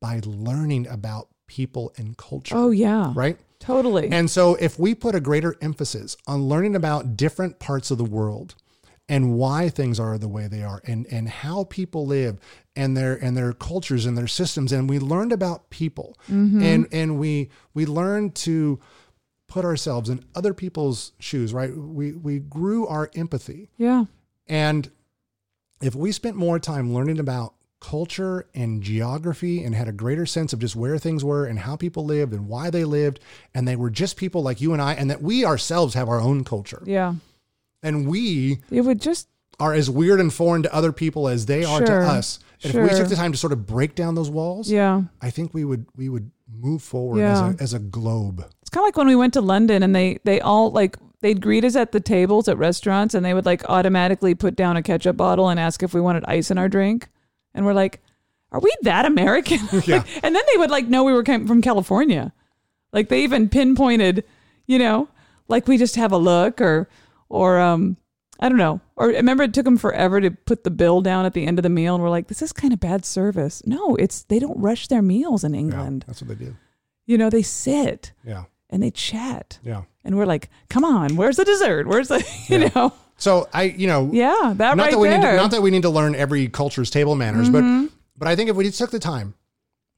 by learning about people and culture Oh yeah. right Totally. and so, if we put a greater emphasis on learning about different parts of the world and why things are the way they are, and and how people live, and their and their cultures and their systems, and we learned about people, and and we we learned to put ourselves in other people's shoes, right? We we grew our empathy, yeah. and if we spent more time learning about culture and geography and had a greater sense of just where things were and how people lived and why they lived, and they were just people like you and I, and that we ourselves have our own culture Yeah. and we It would just are as weird and foreign to other people as they are to Sure. us. And if we Sure. took the time to sort of break down those walls, yeah. I think we would we would move forward Yeah. as, a, as a globe. It's kind of like when we went to London and they they all like they'd greet us at the tables at restaurants and they would like automatically put down a ketchup bottle and ask if we wanted ice in our drink, and we're like, "Are we that American?" Like, Yeah. and then they would like know we were came from California, like they even pinpointed, you know, like we just have a look or or um I don't know. Or remember, it took them forever to put the bill down at the end of the meal, and we're like, "This is kind of bad service." No, it's they don't rush their meals in Yeah, England. that's what they do. You know, they sit Yeah. and they chat, Yeah. and we're like, "Come on, where's the dessert? Where's the you Yeah. know?" So I, you know, Yeah, that not right that we there. Mm-hmm. need to, not that we need to learn every culture's table manners, but but I think if we took the time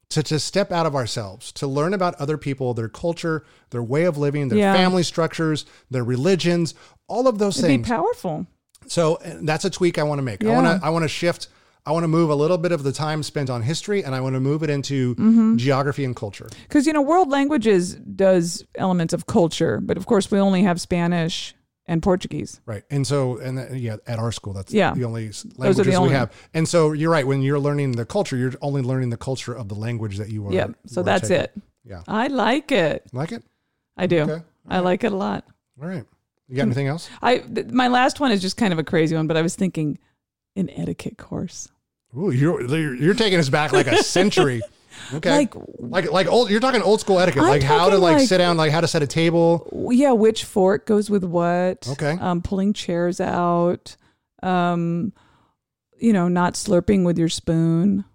to to step out of ourselves, to learn about other people, their culture, their way of living, their Yeah. family structures, their religions, all of those It'd things. be powerful. so and that's a tweak I want to make. I Yeah. want to I want to shift. I want to move a little bit of the time spent on history, and I want to move it into Mm-hmm. geography and culture. because you know world languages does elements of culture but of course we only have spanish and portuguese Right. And so, and that, yeah, at our school, that's Yeah. the only s- are the languages only- we have. And so you're right. When you're learning the culture, you're only learning the culture of the language that you are. yep you so are that's taking. it Yeah. i like it Like it? i do Okay. i like it a lot All right. You Hmm. got anything else? i th- my last one is just kind of a crazy one but i was thinking an etiquette course Ooh, you're, you're you're taking us back like a century. Okay. Like- like like old. You're talking old school etiquette, I'm like how to talking like, like- sit down, like how to set a table. W- yeah which fork goes with what Okay. um pulling chairs out um you know not slurping with your spoon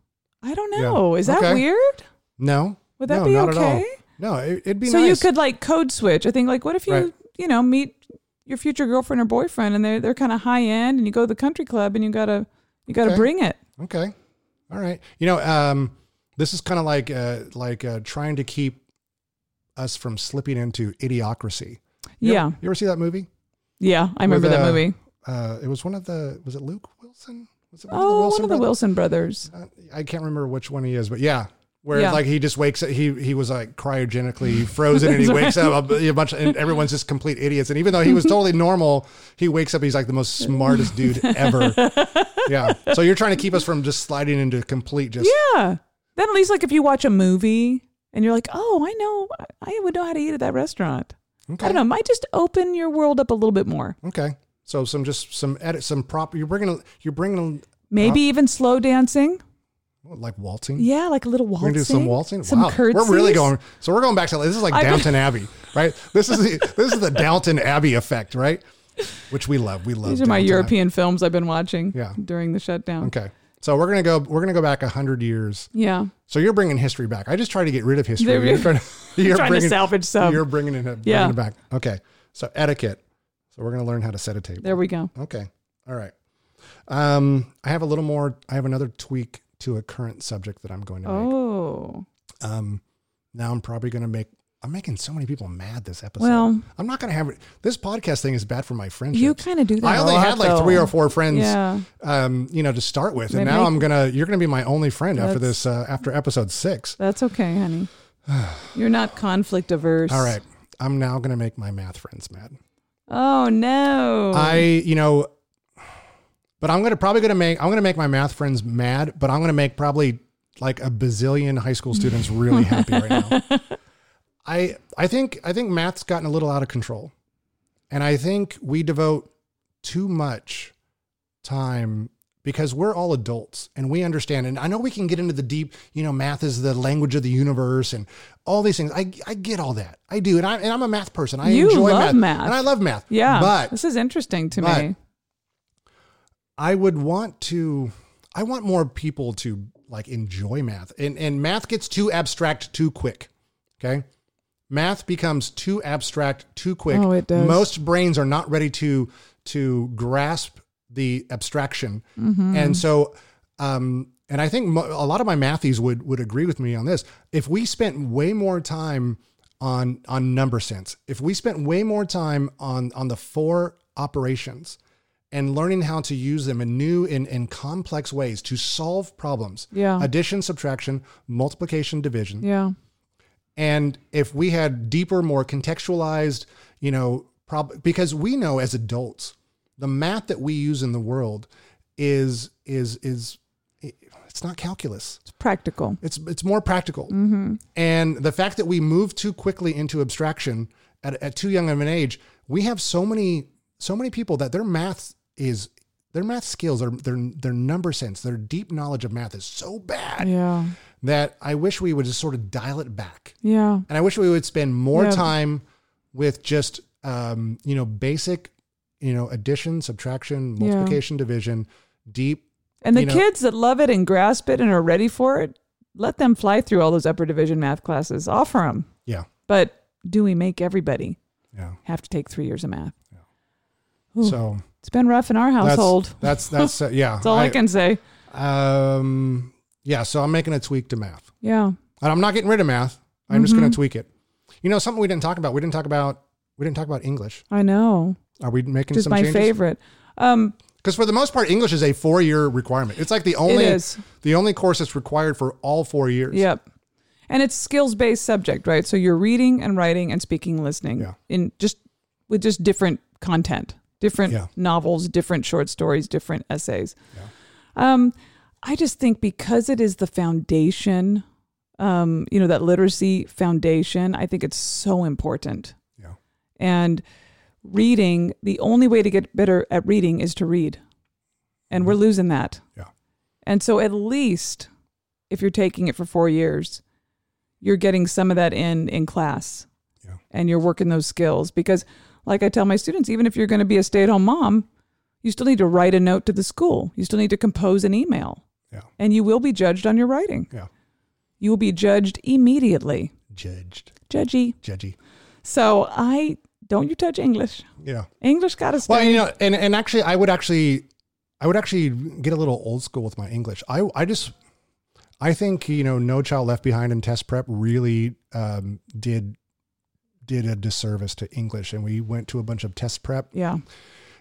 i don't Yeah. know is that Okay. weird No. Would that no, be not At all. okay? No, it, it'd be so nice. you could like code switch. I think like what if you Right. you know meet your future girlfriend or boyfriend and they're they're kind of high end and you go to the country club and you gotta you gotta Okay. bring it. Okay. All right. You know, um, this is kind of like uh, like uh, trying to keep us from slipping into idiocracy. You Yeah, Ever, you ever see that movie? yeah, I remember With, that uh, movie. Uh, it was one of the was it Luke Wilson? Was it Oh, one of the brothers? Wilson brothers. Uh, I can't remember which one he is, but yeah. Where Yeah. like he just wakes up, he he was like cryogenically frozen, and he That's wakes right. up a, a bunch, and everyone's just complete idiots. And even though he was totally normal, he wakes up, he's like the most smartest dude ever. yeah. So you're trying to keep us from just sliding into complete just Yeah. Then at least like if you watch a movie and you're like, oh, I know, I would know how to eat at that restaurant. Okay. I don't know, might just open your world up a little bit more. Okay. So some just some edit some prop. You're bringing you're bringing Maybe even slow dancing. like waltzing. Yeah, like a little waltzing. We're gonna do some waltzing. Some wow, curtsies. we're really going. So we're going back to this is like I- Downton Abbey, right? This is the, this is the Downton Abbey effect, right? Which we love. We love. These are my Downton Abbey. European films I've been watching Yeah. during the shutdown. Okay. So we're gonna go. We're gonna go back hundred years. Yeah. So you're bringing history back. I just try to get rid of history. There we- You're trying to, you're trying to bringing, salvage some. You're bringing it, bringing Yeah. it back. Okay. So etiquette. So we're gonna learn how to set a table. There we go. Okay. All right. Um, I have a little more. I have another tweak to a current subject that I'm going to make. Oh. Um, now I'm probably going to make. I'm making so many people mad this episode. Well- I'm not going to have this podcast thing is bad for my friendship. You kind of do that. I a only lot, had like though. three or four friends, Yeah. um, you know, to start with, and They now make- I'm gonna. You're gonna be my only friend after That's- this. Uh, after episode six. That's okay, honey. You're not conflict averse. All right. I'm now gonna make my math friends mad. Oh no. I, you know, but I'm gonna probably gonna make I'm gonna make my math friends mad, but I'm gonna make probably like a bazillion high school students really happy right now. I I think I think math's gotten a little out of control, and I think we devote too much time because we're all adults and we understand and i know we can get into the deep you know math is the language of the universe and all these things i, I get all that i do and, I, and i'm a math person i You enjoy love math, math. and i love math yeah. but this is interesting to but- me. I would want to I want more people to like enjoy math. And and math gets too abstract too quick. Okay? Math becomes too abstract too quick. Oh, it does. Most brains are not ready to to grasp the abstraction. Mm-hmm. And so um and I think mo- a lot of my mathies would would agree with me on this. If we spent way more time on on number sense, if we spent way more time on on the four operations, and learning how to use them in new and, and complex ways to solve problems. Yeah. Addition, subtraction, multiplication, division. Yeah. And if we had deeper, more contextualized, you know, prob- because we know as adults, the math that we use in the world is is is it's not calculus. It's practical. It's it's more practical. Mm-hmm. And the fact that we move too quickly into abstraction at, at too young of an age, we have so many so many people that their math is their math skills are their their number sense, their deep knowledge of math is so bad Yeah. that I wish we would just sort of dial it back. Yeah. And I wish we would spend more Yeah. time with just um, you know basic you know, addition, subtraction, multiplication, division, deep. And the You know- kids that love it and grasp it and are ready for it, let them fly through all those upper division math classes. Offer them. Yeah. But do we make everybody Yeah. have to take three years of math? Ooh. So It's been rough in our that's- household. That's that's, uh, yeah. That's all I, can say. Um, yeah. So I'm making a tweak to math, Yeah. and I'm not getting rid of math. I'm just Mm-hmm. going to tweak it. You know, something we didn't talk about. We didn't talk about. We didn't talk about English. I know. Are we making Just some my changes? favorite. Um, Because for the most part, English is a four-year requirement. It's like the only it is. the only course that's required for all four years. Yep. And it's skills based subject, right? So you're reading and writing and speaking and listening Yeah. in just with just different content, different Yeah. novels, different short stories, different essays. Um, I just think because it is the foundation, um, you know, that literacy foundation, I think it's so important. Yeah. And reading, the only way to get better at reading is to read. And we're losing that. Mm-hmm. Yeah. And so at least if you're taking it for four years, you're getting some of that in in class Yeah. and you're working those skills because like i tell my students even if you're going to be a stay-at-home mom you still need to write a note to the school you still need to compose an email Yeah. and you will be judged on your writing Yeah. you will be judged immediately Judged, judgy judgy. so i don't you touch english Yeah. english got to stay Well, you know, and and actually, I would actually, I would actually get a little old school with my English. I I just, I think you know, No Child Left Behind and Test Prep really um, did did a disservice to English, and we went to a bunch of test prep. yeah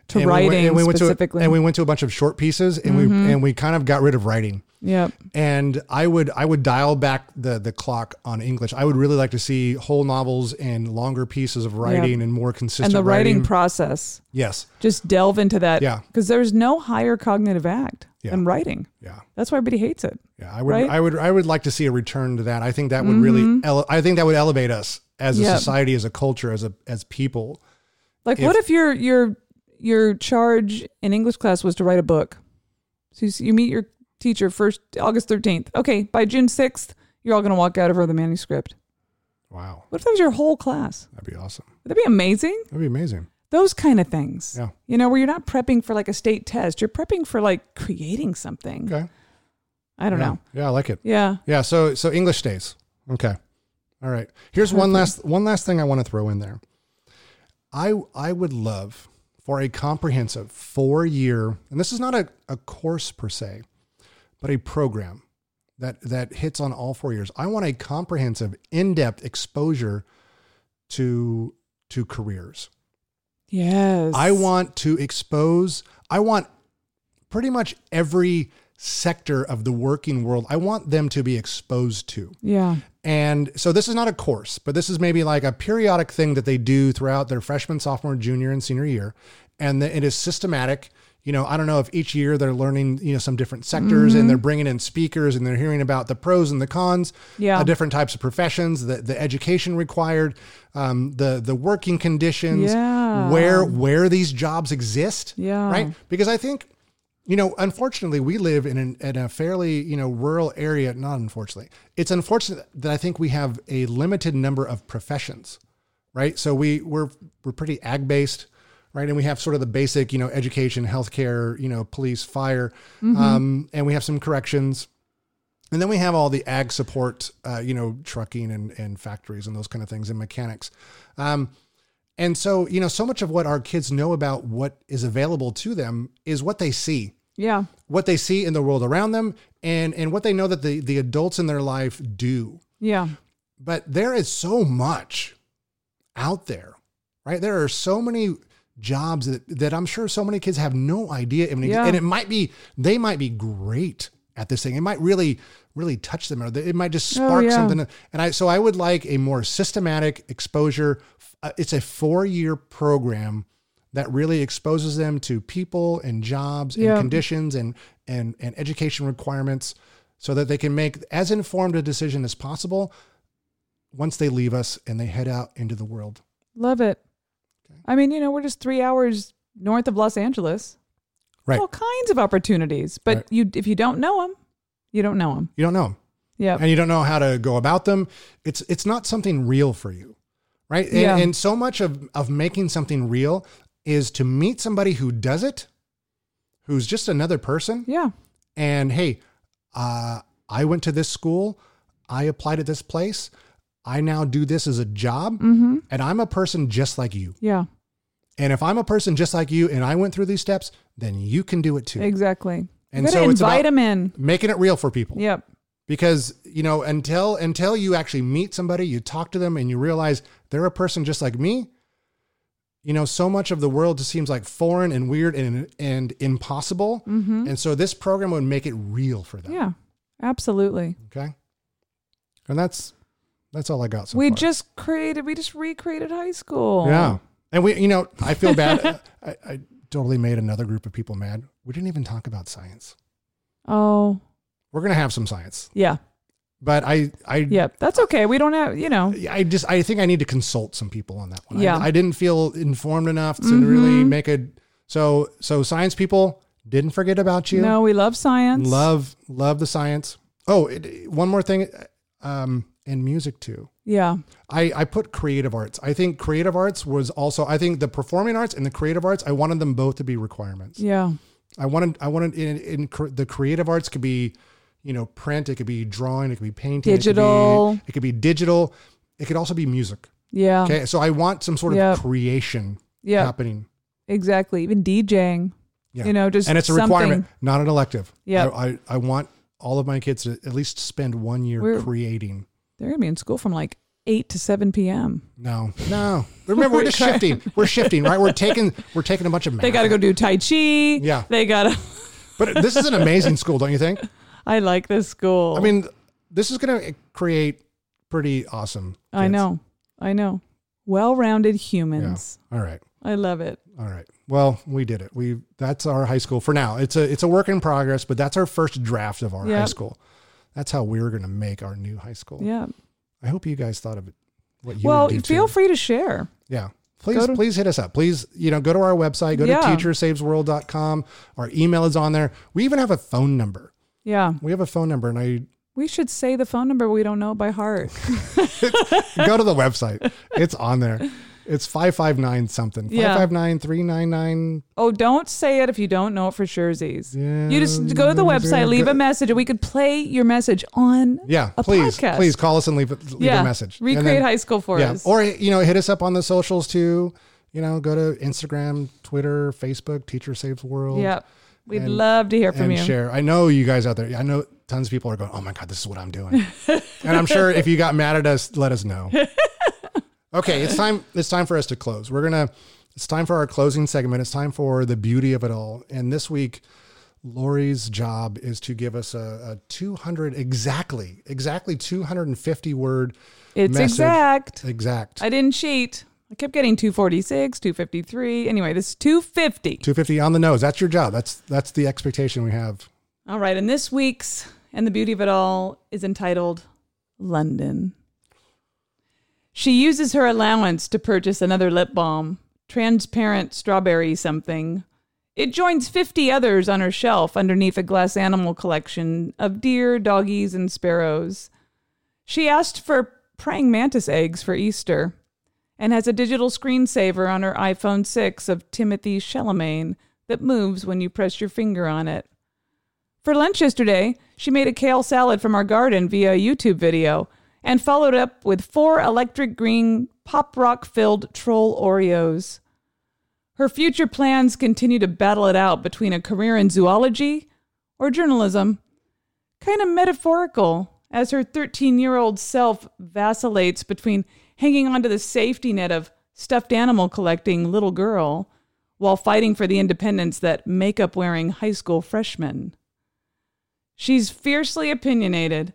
to and we went- writing and we went to a- specifically Mm-hmm. and we went to a bunch of short pieces, and we and we kind of got rid of writing. yep and I would I would dial back the the clock on English. I would really like to see whole novels and longer pieces of writing and more consistent and the writing, writing. process yes, just delve into that Yeah. because there's no higher cognitive act Yeah. than writing yeah, that's why everybody hates it yeah. I would Right? Mm-hmm. I would I would like to see a return to that. I think that would really ele- I think that would elevate us as a Yeah. society, as a culture, as a as people. Like, what if your your your charge in English class was to write a book? So you, s- you meet your teacher first August thirteenth. Okay, by June sixth, you're all going to walk out of her with a manuscript. Wow, What if that was your whole class? that'd be awesome. Would that be amazing? That'd be amazing. Those kind of things. Yeah. You know, where you're not prepping for like a state test, you're prepping for like creating something. Okay, I don't yeah. know. Yeah, I like it. Yeah. Yeah, so so English stays. Okay. All right. Here's one last one last thing I want to throw in there. I I would love for a comprehensive four year, and this is not a, a course per se, but a program that that hits on all four years. I want a comprehensive, in-depth exposure to to careers. Yes. I want to expose, I want pretty much every sector of the working world, I want them to be exposed to. Yeah. And so this is not a course, but this is maybe like a periodic thing that they do throughout their freshman, sophomore, junior, and senior year. And the, it is systematic. You know, I don't know if each year they're learning, you know, some different sectors Mm-hmm. and they're bringing in speakers and they're hearing about the pros and the cons, Yeah. uh, different types of professions, the, the education required, um, the, the working conditions, Yeah. where, where these jobs exist. Yeah. Right. Because I think you know, unfortunately, we live in an, in a fairly you know rural area. Not unfortunately, it's unfortunate that I think we have a limited number of professions, right? So we we're we're pretty ag based, right? And we have sort of the basic you know education, healthcare, you know, police, fire, Mm-hmm. um, and we have some corrections. And then we have all the ag support, uh, you know, trucking and, and factories and those kind of things and mechanics. Um, and so, you know, so much of what our kids know about what is available to them is what they see, Yeah. what they see in the world around them, and, and what they know that the, the adults in their life do. Yeah. But there is so much out there, right? There are so many jobs that, that I'm sure so many kids have no idea. Of, Yeah. And it might be, they might be great at this thing. It might really, really touch them or it might just Oh, spark yeah. something. And I, so I would like a more systematic exposure. Uh, It's a four year program that really exposes them to people and jobs and Yeah. conditions and, and, and education requirements so that they can make as informed a decision as possible once they leave us and they head out into the world. Love it. I mean, you know, we're just three hours north of Los Angeles. Right. all kinds of opportunities. But Right. you, if you don't know them, you don't know them. You don't know 'em. Yeah, and you don't know how to go about them. It's it's not something real for you, right? And, Yeah. and so much of of making something real is to meet somebody who does it, who's just another person, Yeah. and hey, uh, I went to this school, I applied at this place, I now do this as a job, Mm-hmm. and I'm a person just like you. Yeah. And if I'm a person just like you and I went through these steps, then you can do it too. Exactly. And you gotta so it's invite about- them in. Making it real for people. Yep. Because, you know, until until you actually meet somebody, you talk to them and you realize they're a person just like me, you know, so much of the world just seems like foreign and weird and and impossible. And so this program would make it real for them. Yeah. Absolutely. Okay. And that's that's all I got so we far. just created. We just recreated high school. Yeah. And we, you know, I feel bad. I, I totally made another group of people mad. We didn't even talk about science. Oh. We're gonna have some science, Yeah. but I, I, Yep. That's okay. We don't have. You know. I just, I think I need to consult some people on that one. I- Yeah. Mm-hmm. I, didn't feel informed enough to really make a. So, so science people didn't forget about you. No, we love science. Love, love the science. Oh, it, one more thing, um, and music too. Yeah. I, I put creative arts. I think creative arts was also. I think the performing arts and the creative arts. I wanted them both to be requirements. Yeah. I wanted I wanted in, in cr- the creative arts could be, you know, print. It could be drawing. It could be painting. it could be- Digital. It could be, digital. It could also be music. Yeah. Okay, so I want some sort Yep. of creation Yeah. happening, Exactly. Even DJing. Yeah. You know, just and it's a something. requirement, not an elective. Yep. I, I I want all of my kids to at least spend one year We're- creating. They're gonna be in school from like eight to seven p.m. No, no. Remember, we're just shifting. We're shifting, right? We're taking we're taking a bunch of math. They gotta go do tai chi. Yeah. They gotta. But this is an amazing school, don't you think? I like this school. I mean, this is going to create pretty awesome. I kids. know. I know. Well-rounded humans. All right. I love it. All right. Well, we did it. We that's our high school for now. It's a it's a work in progress, but that's our first draft of our high Yep. school. That's how we're going to make our new high school. Yeah. I hope you guys thought of it. What you well, would do feel too. free to share. yeah. Please, to- please hit us up. Please, you know, go to our website, go Yeah. to teachersavesworld.com. Our email is on there. We even have a phone number. Yeah. We have a phone number, and I We should say the phone number we don't know by heart. go to the website. It's on there. It's 559 something. Yeah. 559 399. Oh, don't say it if you don't know it for surezies. You just go to the website, leave a message, and we could play your message on Yeah, a please, podcast. please call us and leave, leave yeah. a message. And Recreate then- high school for us. Or, you know, hit us up on the socials too. You know, go to Instagram, Twitter, Facebook, Teacher Saves World. yeah. We'd and- love to hear from And you. share. I know you guys out there, I know tons of people are going, oh my God, this is what I'm doing. and I'm sure if you got mad at us, let us know. okay, it's time it's time for us to close. We're gonna it's time for our closing segment. It's time for the beauty of it all. And this week, Lori's job is to give us a, a 200 exactly, exactly 250 word It's message. exact. exact. I didn't cheat. I kept getting 246, 253. Anyway, this is 250. 250 on the nose. That's your job. That's that's the expectation we have. All right. And this week's, and the beauty of it all, is entitled London. She uses her allowance to purchase another lip balm, transparent strawberry something. It joins 50 others on her shelf underneath a glass animal collection of deer, doggies, and sparrows. She asked for praying mantis eggs for Easter and has a digital screensaver on her iPhone 6 of Timothy Chalamet that moves when you press your finger on it. For lunch yesterday, she made a kale salad from our garden via a YouTube video and followed up with four electric green pop rock filled troll Oreos. Her future plans continue to battle it out between a career in zoology or journalism. Kind of metaphorical as her 13 year old self vacillates between hanging onto the safety net of stuffed animal collecting little girl while fighting for the independence that makeup wearing high school freshman. She's fiercely opinionated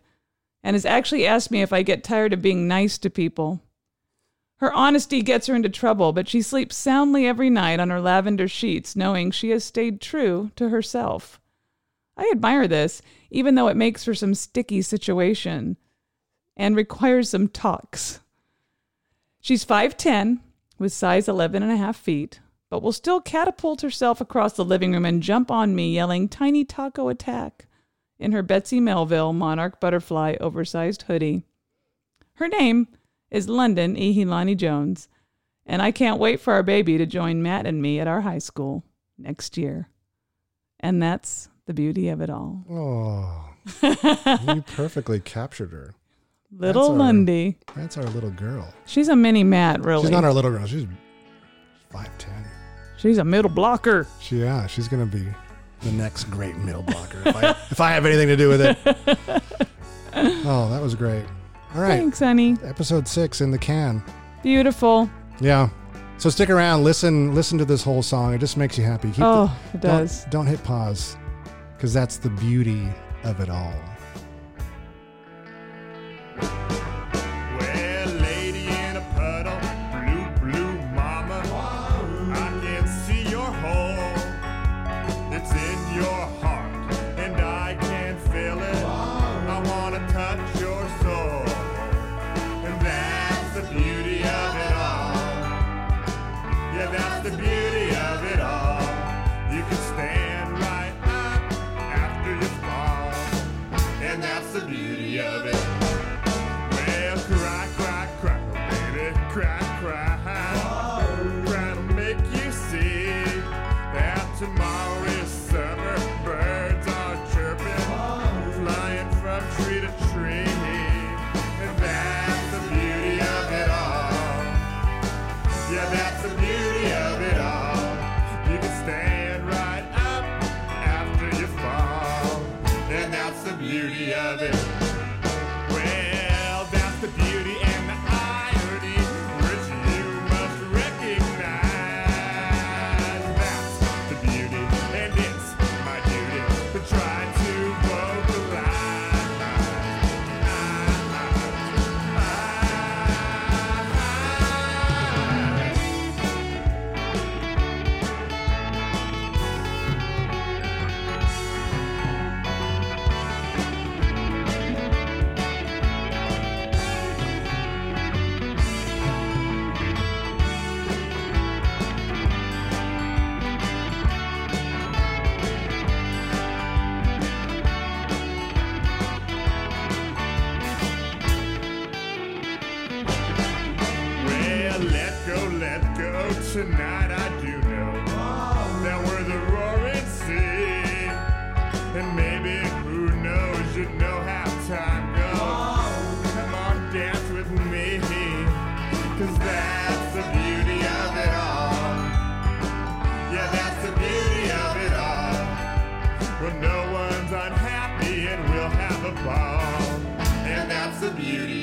and has actually asked me if I get tired of being nice to people. Her honesty gets her into trouble, but she sleeps soundly every night on her lavender sheets, knowing she has stayed true to herself. I admire this, even though it makes for some sticky situation and requires some talks. She's 5'10 with size 11 and a half feet, but will still catapult herself across the living room and jump on me, yelling, Tiny taco attack in her Betsy Melville monarch butterfly oversized hoodie. Her name is London Ihilani E. Jones, And I can't wait for our baby to join Matt and me at our high school next year. And that's the beauty of it all. Oh, you perfectly captured her. Little our- Lundy. That's our little girl. She's a mini Matt, really. She's not our little girl. She's five ten. She's a middle blocker. She yeah. She's gonna be the next great middle blocker if I if I have anything to do with it. Oh, that was great. All right, Thanks, honey. episode six in the can. Beautiful. Yeah. So stick around, listen, listen to this whole song. It just makes you happy. Keep the- Oh, it don't- does. Don't, hit pause, because that's the beauty of it all. Well, lady in a puddle, blue, blue mama. I can see your hole. It's in your heart, and I can feel it. I want to touch your soul. And that's the beauty of it all. Yeah, that's the beauty of it all. You can stand right up after you fall. And that's the beauty of it well, cry, cry, cry, baby, cry, cry. Try to make you see that tomorrow is summer. Birds are chirping, flying from tree to tree. And that's the beauty of it all. Yeah, that's the beauty of it all. You can stand right up after you fall. And that's the beauty of it. Well, that's the beauty and the irony, which you must recognize. That's the beauty, and it's my duty to try to vocalize. Well, let go, let go. Tonight I do know that we're the roaring sea. And maybe, who knows, you know how time goes. Come on, dance with me. Cause that's the beauty of it all. Yeah, that's the beauty of it all. When no one's unhappy and we'll have a ball. And that's the beauty Ah.